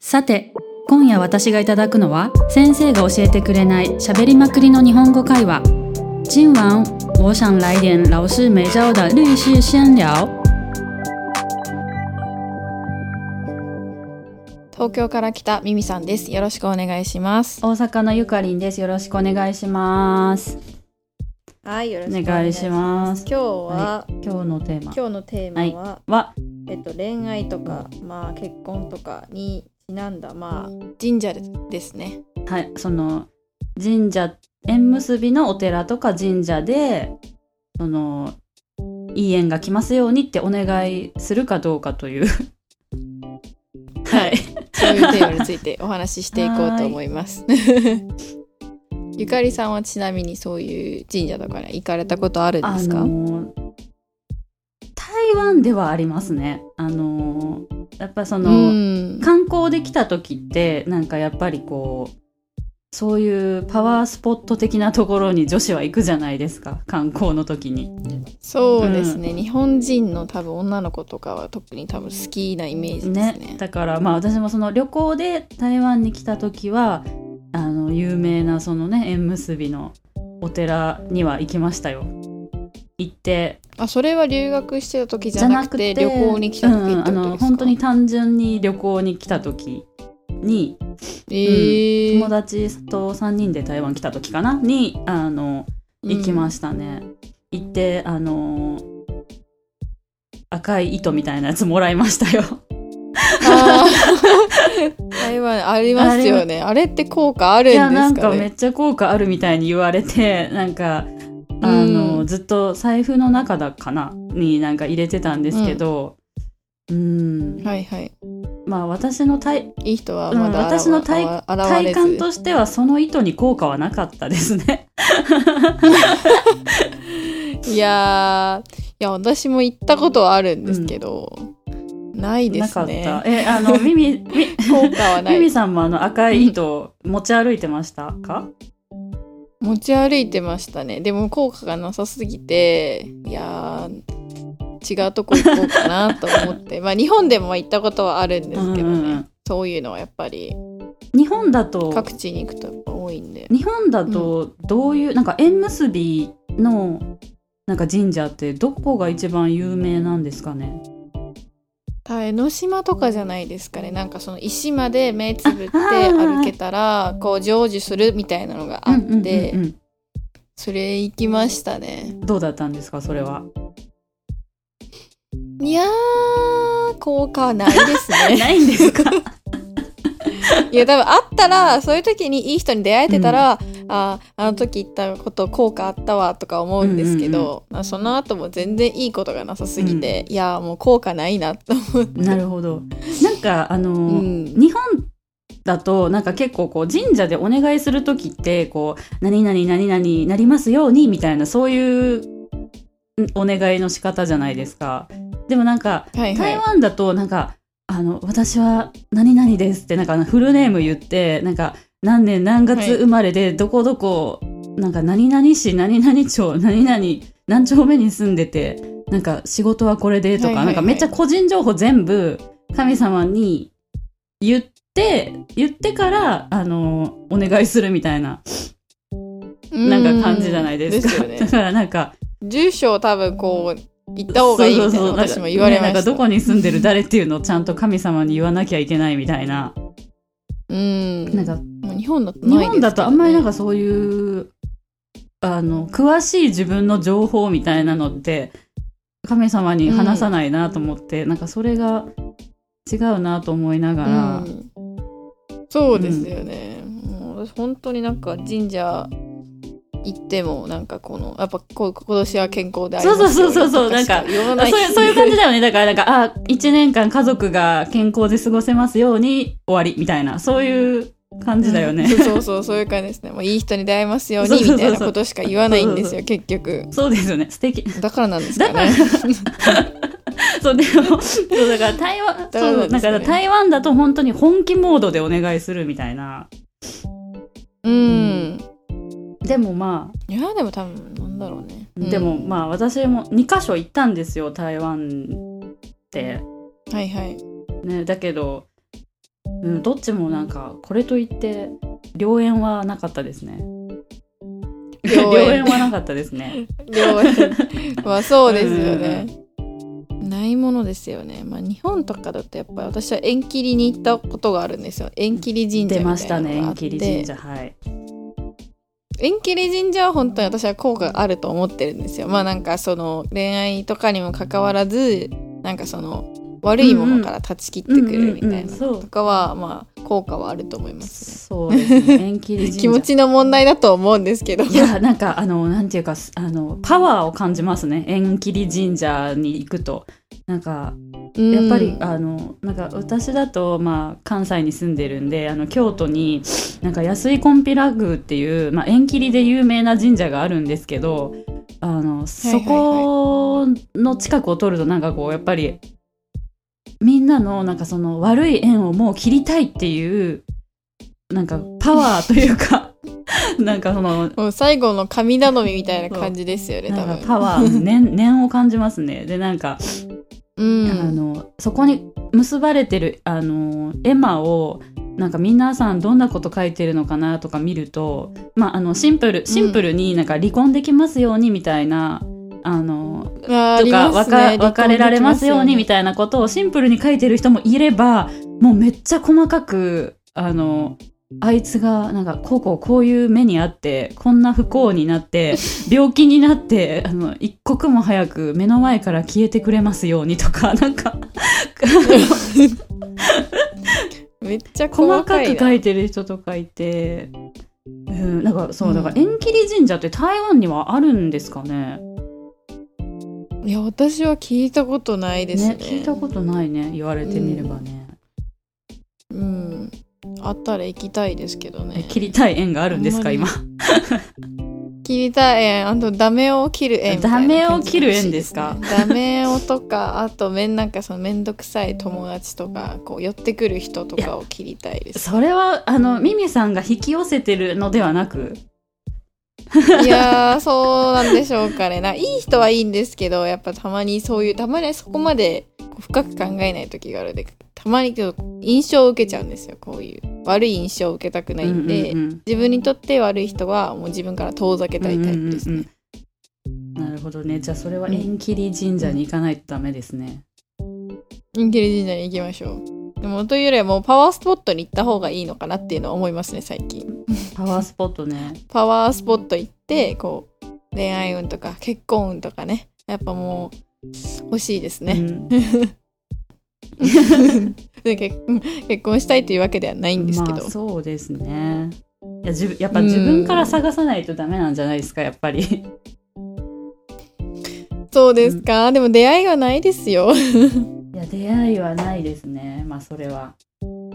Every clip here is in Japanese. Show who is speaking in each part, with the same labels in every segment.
Speaker 1: さて今夜私がいただくのは先生が教えてくれないしゃべりまくりの日本語会話今晚我想来点老师没教的律师闲聊
Speaker 2: 東京から来たミミさんです。よろしくお願いします。
Speaker 1: 大阪のゆかりんですよろしくお願いします
Speaker 2: はい、よろ
Speaker 1: お願いします
Speaker 2: 今日は、
Speaker 1: 今日のテーマ
Speaker 2: 今日のテーマは、
Speaker 1: は
Speaker 2: えっと恋愛とかまあ結婚とかにちなんだまあ神社ですね。
Speaker 1: はいその神社縁結びのお寺とか神社でそのいい縁が来ますようにってお願いするかどうかというはい
Speaker 2: そういうテーマについてお話ししていこうと思います。 ゆかりさんはちなみにそういう神社とかに行かれたことあるんですか？
Speaker 1: あの台湾ではありますね。あのやっぱその、
Speaker 2: うん。
Speaker 1: 観光で来た時ってなんかやっぱりこうそういうパワースポット的なところに女子は行くじゃないですか観光の時に。
Speaker 2: そうですね、日本人の多分女の子とかは特に多分好きなイメージですね。
Speaker 1: ね、だからまあ私もその旅行で台湾に来た時はあの有名なそのね縁結びのお寺には行きましたよ。行って
Speaker 2: あそれは留学してた時じゃなくて旅行に来た時ってことですか、
Speaker 1: うん、あの本当に単純に旅行に来た時に
Speaker 2: えー
Speaker 1: 友達と3人で台湾来た時かなにあの行きま
Speaker 2: し
Speaker 1: したね、行ってあの赤い糸みたいなやつもらいま したよ
Speaker 2: た、台湾 ありますよねあれって効果あるん
Speaker 1: い
Speaker 2: です
Speaker 1: や
Speaker 2: かね
Speaker 1: なんかめっちゃ効果あるみたいに言われて なんかあの、
Speaker 2: うん
Speaker 1: ずっと財布の中だかなになんか入れてたんですけどうん、
Speaker 2: はいはい
Speaker 1: まあ私の体
Speaker 2: いい人はまだ
Speaker 1: うん私の体
Speaker 2: 現
Speaker 1: 体
Speaker 2: れず
Speaker 1: 感としてはその糸に効果はなかったですね。
Speaker 2: いやーいや私も行ったことはあるんですけど、ないで
Speaker 1: な
Speaker 2: す
Speaker 1: かっ
Speaker 2: ね
Speaker 1: た。え、あの、ミミ、ミ
Speaker 2: 効果 はな
Speaker 1: ミミ
Speaker 2: い
Speaker 1: さんもあの赤い糸持ち歩いてましたか
Speaker 2: 持ち歩いてましたねでも効果がなさすぎていやー違うとこ行こうかなと思っ てまあ日本でも行ったことはあるんですけどね、
Speaker 1: うんうんうん
Speaker 2: そういうのはやっぱり
Speaker 1: 日本だと、
Speaker 2: 各地に行くとやっぱ多いんで
Speaker 1: 日本だとどういう、なんか縁結びのなんか神社ってどこが一番有名なんですかね
Speaker 2: た江ノ島とかじゃないですかねなんかその石まで目つぶって
Speaker 1: あはいはいはい
Speaker 2: 歩けたらこう成就するみたいなのがあって、
Speaker 1: うんうんうんうん
Speaker 2: それ行きましたね
Speaker 1: どうだったんですかそれ は。
Speaker 2: いやー効果はないですね
Speaker 1: ないんですか
Speaker 2: いや多分あったらそういう時にいい人に出会えてたら、あーあの時言ったこと効果あったわとか思うんです
Speaker 1: うん
Speaker 2: け
Speaker 1: うん
Speaker 2: ど、まあその後も全然いいことがなさすぎて、いやーもう効果ないなと思って。
Speaker 1: なるほど。なんかあの、
Speaker 2: うん
Speaker 1: 日本だとなんか結構こう神社でお願いする時ってこう何々何々なりますようにみたいなそういうんお願いの仕方じゃないですか。でもなんか
Speaker 2: はいは
Speaker 1: 台
Speaker 2: い、
Speaker 1: 湾だとなんかあの私は何々ですってなんかフルネーム言ってなんか何年何月生まれでどこどこなんか何々市何々町何々何丁目に住んでてなんか仕事はこれでと
Speaker 2: はいは
Speaker 1: か
Speaker 2: い
Speaker 1: な
Speaker 2: は
Speaker 1: んか
Speaker 2: い
Speaker 1: めっちゃ個人情報全部神様に言って言ってからあのお願いするみたいななんか感じじゃないですか。
Speaker 2: うんです
Speaker 1: だ
Speaker 2: よ
Speaker 1: か
Speaker 2: ね。
Speaker 1: らなんか
Speaker 2: 住所を多分こう行った方がいいみたい
Speaker 1: そ
Speaker 2: な
Speaker 1: うそうそうなんか
Speaker 2: 私も言われま
Speaker 1: ねな
Speaker 2: し
Speaker 1: んかど
Speaker 2: た。
Speaker 1: こに住んでる誰っていうのをちゃんと神様に言わなきゃいけないみたいな。
Speaker 2: うん。
Speaker 1: なんか
Speaker 2: もう日本だ
Speaker 1: 日
Speaker 2: とないですけどね
Speaker 1: 本だとあんまりなんかそういう、あの、詳しい自分の情報みたいなのって、神様に話さないなと思って、なんかそれが違うなと思いながら、
Speaker 2: うんそうですよね、もう私本当になんか神社行ってもなんかこのやっぱこう今年は健康でありますよう
Speaker 1: そうそ
Speaker 2: に
Speaker 1: うそうそう
Speaker 2: とかしか
Speaker 1: なんか
Speaker 2: 言わ
Speaker 1: あ
Speaker 2: ない
Speaker 1: そういうそういう感じだよね。だから、なんか、あ、1年間家族が健康で過ごせますように終わりみたいな、そういう感じだよね。
Speaker 2: うんそうそうそういう感じですねもういい人に出会えますよう
Speaker 1: そう
Speaker 2: に
Speaker 1: そうそう
Speaker 2: みたいなことしか言わないんですよ結局
Speaker 1: そうですよね。素敵。
Speaker 2: だからなんですかね
Speaker 1: そうでもそうだから台湾
Speaker 2: だから
Speaker 1: そうだ
Speaker 2: ですね
Speaker 1: から台湾だと本当に本気モードでお願いするみたいな
Speaker 2: うん
Speaker 1: でもまあ、
Speaker 2: いやでも多分なんだろうね、うん
Speaker 1: でもまあ私も2カ所行ったんですよ台湾って
Speaker 2: はいはい
Speaker 1: ねだけどうん、どっちもなんかこれといって良縁はなかったですね
Speaker 2: 良
Speaker 1: 良
Speaker 2: 縁
Speaker 1: 縁はなかったです ね
Speaker 2: 両円 まあそうですよね、ないものですよねまあ日本とかだとやっぱり私は縁切りに行ったことがあるんですよ縁切り神社
Speaker 1: 出
Speaker 2: み
Speaker 1: ま
Speaker 2: た
Speaker 1: し
Speaker 2: い
Speaker 1: た
Speaker 2: な
Speaker 1: ね
Speaker 2: のが
Speaker 1: 縁
Speaker 2: あって
Speaker 1: 切り神社はい
Speaker 2: 縁切り神社は本当に私は効果があると思ってるんですよまあなんかその恋愛とかにもかかわらずなんかその悪いものから断ち切ってくれるみたい
Speaker 1: うんうんうんうん
Speaker 2: な
Speaker 1: そう
Speaker 2: とかはまあ効果はあると思いますね
Speaker 1: そうですね縁切り神社
Speaker 2: 気持ちの問題だと思うんですけど
Speaker 1: いやなんかあのなんていうかあのパワーを感じますね縁切り神社に行くとなんかやっぱり、あのなんか私だと、まあ、関西に住んでるんであの京都になんか安井コンピラ宮っていう、まあ、縁切りで有名な神社があるんですけどあのそこの近くを通るとなんかこうやっぱりみんなのなんかその悪い縁をもう切りたいっていうなんかパワーというか なんかその
Speaker 2: もう最後の神頼みみたいな感じですよね多
Speaker 1: なん
Speaker 2: 分
Speaker 1: かパワー念 念を感じますね。でなんか
Speaker 2: うん
Speaker 1: あのそこに結ばれてるあの絵馬をなんか皆さんどんなこと書いてるのかなとか見ると、まあ、あのシンプルシンプルになんか離婚できますようにみたいな。あの
Speaker 2: あーあ
Speaker 1: と
Speaker 2: り
Speaker 1: か
Speaker 2: ますね
Speaker 1: 別別れられますようにみ
Speaker 2: た
Speaker 1: たいなことをシンプルに書いてる人もいればもうめっちゃ細かくあのあいつがなんかこうこうこういう目にあってこんな不幸になって病気になって あの一刻も早く目の前から消えてくれますようにとか なんか
Speaker 2: いなめっちゃ
Speaker 1: 細
Speaker 2: 細
Speaker 1: か
Speaker 2: かい
Speaker 1: く
Speaker 2: な
Speaker 1: 書いてる人とかいて、うん、なんかそうう、
Speaker 2: ん
Speaker 1: だから縁切り神社って台湾にはあるんですかね
Speaker 2: いや私は聞いたことないですね
Speaker 1: 聞いたことないね言われてみればね、
Speaker 2: うんあったら行きたいですけど
Speaker 1: え
Speaker 2: ね
Speaker 1: 切りたい縁があるんですか
Speaker 2: あんま
Speaker 1: 今
Speaker 2: 切りたい縁あとダメを切る縁みたいな感じ
Speaker 1: ダメを切る縁ですか
Speaker 2: ダメをとかあとめんなんかそのめんどくさい友達とかこう寄ってくる人とかを切りたいです
Speaker 1: それはあのミミさんが引き寄せてるのではなく
Speaker 2: いやーそうなんでしょうかねないい人はいいんですけどやっぱたまにそういうたまにそこまでこう深く考えない時があるのでたまにこう印象を受けちゃうんですよこういう悪い印象を受けたくないんで、
Speaker 1: うんうんうん
Speaker 2: 自分にとって悪い人はもう自分から遠ざけたいタイプですね、
Speaker 1: うんうんうんなるほどねじゃあそれは縁切り神社に行かないとダメですね、
Speaker 2: インキリ神社に行きましょうでもというよりはもうパワースポットに行った方がいいのかなっていうのは思いますね最近
Speaker 1: パワースポットね
Speaker 2: パワースポット行ってこう恋愛運とか結婚運とかねやっぱもう欲しいですね、
Speaker 1: うん
Speaker 2: で結うん結婚したいというわけではないんですけど、
Speaker 1: まあ、そうですねいや自分やっぱ自分から探さないとダメなんじゃないですかやっぱり
Speaker 2: そうですか、でも出会いがないですよ
Speaker 1: いや出会いはないですねまあそれはそ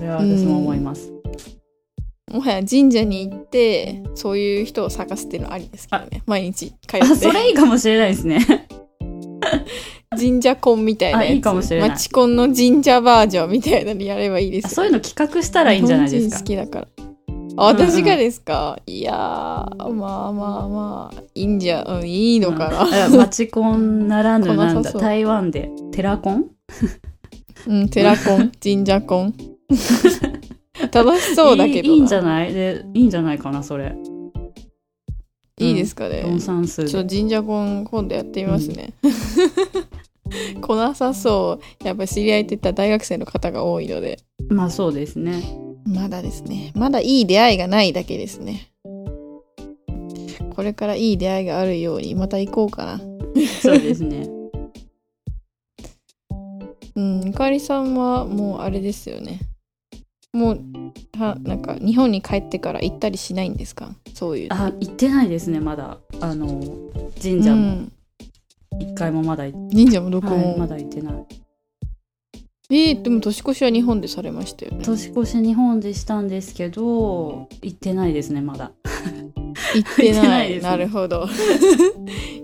Speaker 1: れは私も思います、
Speaker 2: もはや神社に行ってそういう人を探すっていうのはありですけどね毎日通
Speaker 1: あ
Speaker 2: っ
Speaker 1: そ
Speaker 2: て
Speaker 1: れいいかもしれないです ね
Speaker 2: 神社婚みたいなやつ
Speaker 1: あいいかもしれない
Speaker 2: マチコンの神社バージョンみたいなのやればいいですよ
Speaker 1: そういうの企画したらいいんじゃないですか
Speaker 2: 日本人好きだからあ
Speaker 1: うんうん
Speaker 2: 私がですか、いやーまあまあまあいいんじゃ、うん、いいのかな、
Speaker 1: うんマチコンならぬなん
Speaker 2: 来なさ
Speaker 1: だ
Speaker 2: そう
Speaker 1: 台湾でテラコン
Speaker 2: うん、寺婚神 社婚楽しそうだけどな
Speaker 1: い
Speaker 2: い
Speaker 1: いいんじゃないでいいんじゃないかなそれ
Speaker 2: いいですかね、
Speaker 1: 論算数
Speaker 2: ちょっと神社婚今度やってみますね。来なさそう。やっぱ知り合いって言ったら大学生の方が多いので。
Speaker 1: まあそうですね
Speaker 2: まだですね。まだいい出会いがないだけですね。これからいい出会いがあるようにまた行こうかな。
Speaker 1: そうです ね
Speaker 2: うん、ゆかりさんはもうあれですよね。もう、はなんか日本に帰ってから行ったりしないんですかそういうの。
Speaker 1: あ行ってないですねまだあの神社
Speaker 2: う
Speaker 1: も
Speaker 2: ん
Speaker 1: 一回もまだ行っ
Speaker 2: 神社もどこ
Speaker 1: は
Speaker 2: も。
Speaker 1: い、まだ行ってない
Speaker 2: えーでも年越しは日本でされましたよね。
Speaker 1: 年越し日本でしたんですけど行ってないですねまだ
Speaker 2: 行って
Speaker 1: 行って
Speaker 2: な
Speaker 1: ない
Speaker 2: い。
Speaker 1: ですね
Speaker 2: なるほど。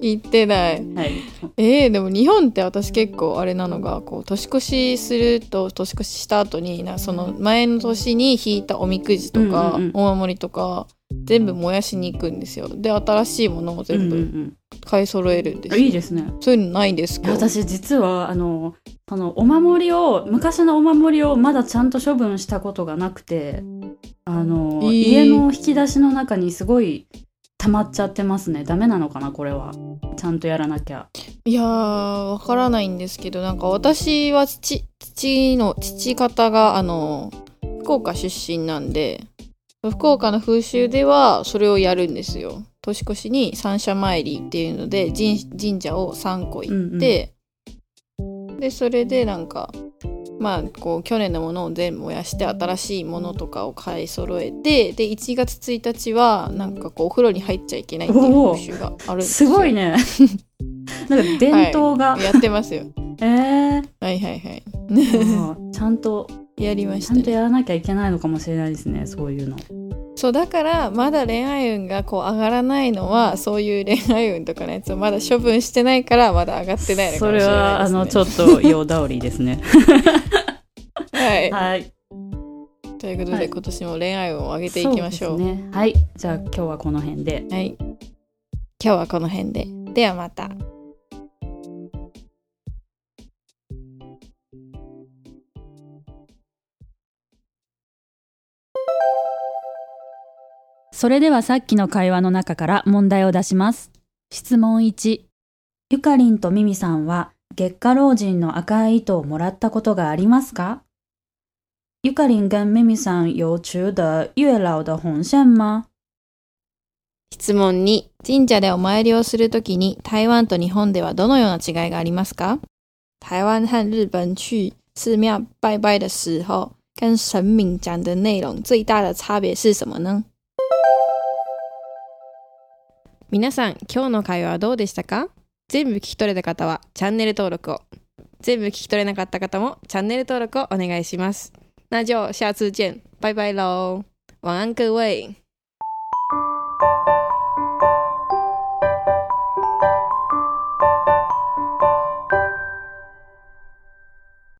Speaker 2: 行ってない。
Speaker 1: はい
Speaker 2: えー、でも日本って私結構あれなのがこう年越しすると年越しした後になその前の年に引いたおみくじとか、
Speaker 1: うんうんうん
Speaker 2: お守りとか全部燃やしに行くんですよで新しいものを全
Speaker 1: うん
Speaker 2: 部
Speaker 1: うん
Speaker 2: 買い揃えるんで
Speaker 1: う
Speaker 2: す
Speaker 1: ん、
Speaker 2: よ、
Speaker 1: いいですね
Speaker 2: そういうのないです
Speaker 1: い
Speaker 2: か
Speaker 1: や私実はあのそのお守りを昔のお守りをまだちゃんと処分したことがなくてあの、
Speaker 2: えー
Speaker 1: 家の引き出しの中にすごい溜まっちゃってますねダメなのかなこれはちゃんとやらなきゃ
Speaker 2: いやーわからないんですけどなんか私は父父の父方があの福岡出身なんで福岡の風習ではそれをやるんですよ年越しに三社参りっていうので神神社を3個行って、でそれでなんかまあこう去年のものを全部燃やして新しいものとかを買い揃えてで1月1日はなんかこうお風呂に入っちゃいけないっていう風習があるんです
Speaker 1: す
Speaker 2: よ
Speaker 1: ごい ねなんか伝統が、
Speaker 2: やってますよ
Speaker 1: え
Speaker 2: はいはいはい。
Speaker 1: ーもうちゃんと
Speaker 2: やりまし
Speaker 1: ち
Speaker 2: た、
Speaker 1: ゃんと
Speaker 2: ね。
Speaker 1: やらなきゃいけないのかもしれないですねそういうの
Speaker 2: そうだからまだ恋愛運がこう上がらないのはそういう恋愛運とかのやつをまだ処分してないからまだ上がってないのか
Speaker 1: そ
Speaker 2: もし
Speaker 1: れ
Speaker 2: れ
Speaker 1: は
Speaker 2: ないで
Speaker 1: あ
Speaker 2: す、ね。
Speaker 1: のちょっと用倒りですね
Speaker 2: はい。
Speaker 1: はい
Speaker 2: ということで、
Speaker 1: はい
Speaker 2: 今年も恋愛運を上げていきましょう。
Speaker 1: そですねはいじゃあ今日はこの辺で
Speaker 2: はい。今日はこの辺で。ではまた。
Speaker 1: それではさっきの会話の中から問題を出します。質問1。ゆかりんとみみさんは月下老人の赤い糸をもらったことがありますかゆかりん跟みみさん有觉得月老的红线吗
Speaker 2: 質問2。神社でお参りをするときに台湾と日本ではどのような違いがありますか台湾和日本去寺庙拜拜的时候，跟神明讲的内容最大的差别是什么呢？皆さん、今日の会話はどうでしたか全部聞き取れた方はチャンネル登録を。全部聞き取れなかった方もチャンネル登録をお願いします。那就下次见，拜拜喽，晚安各位。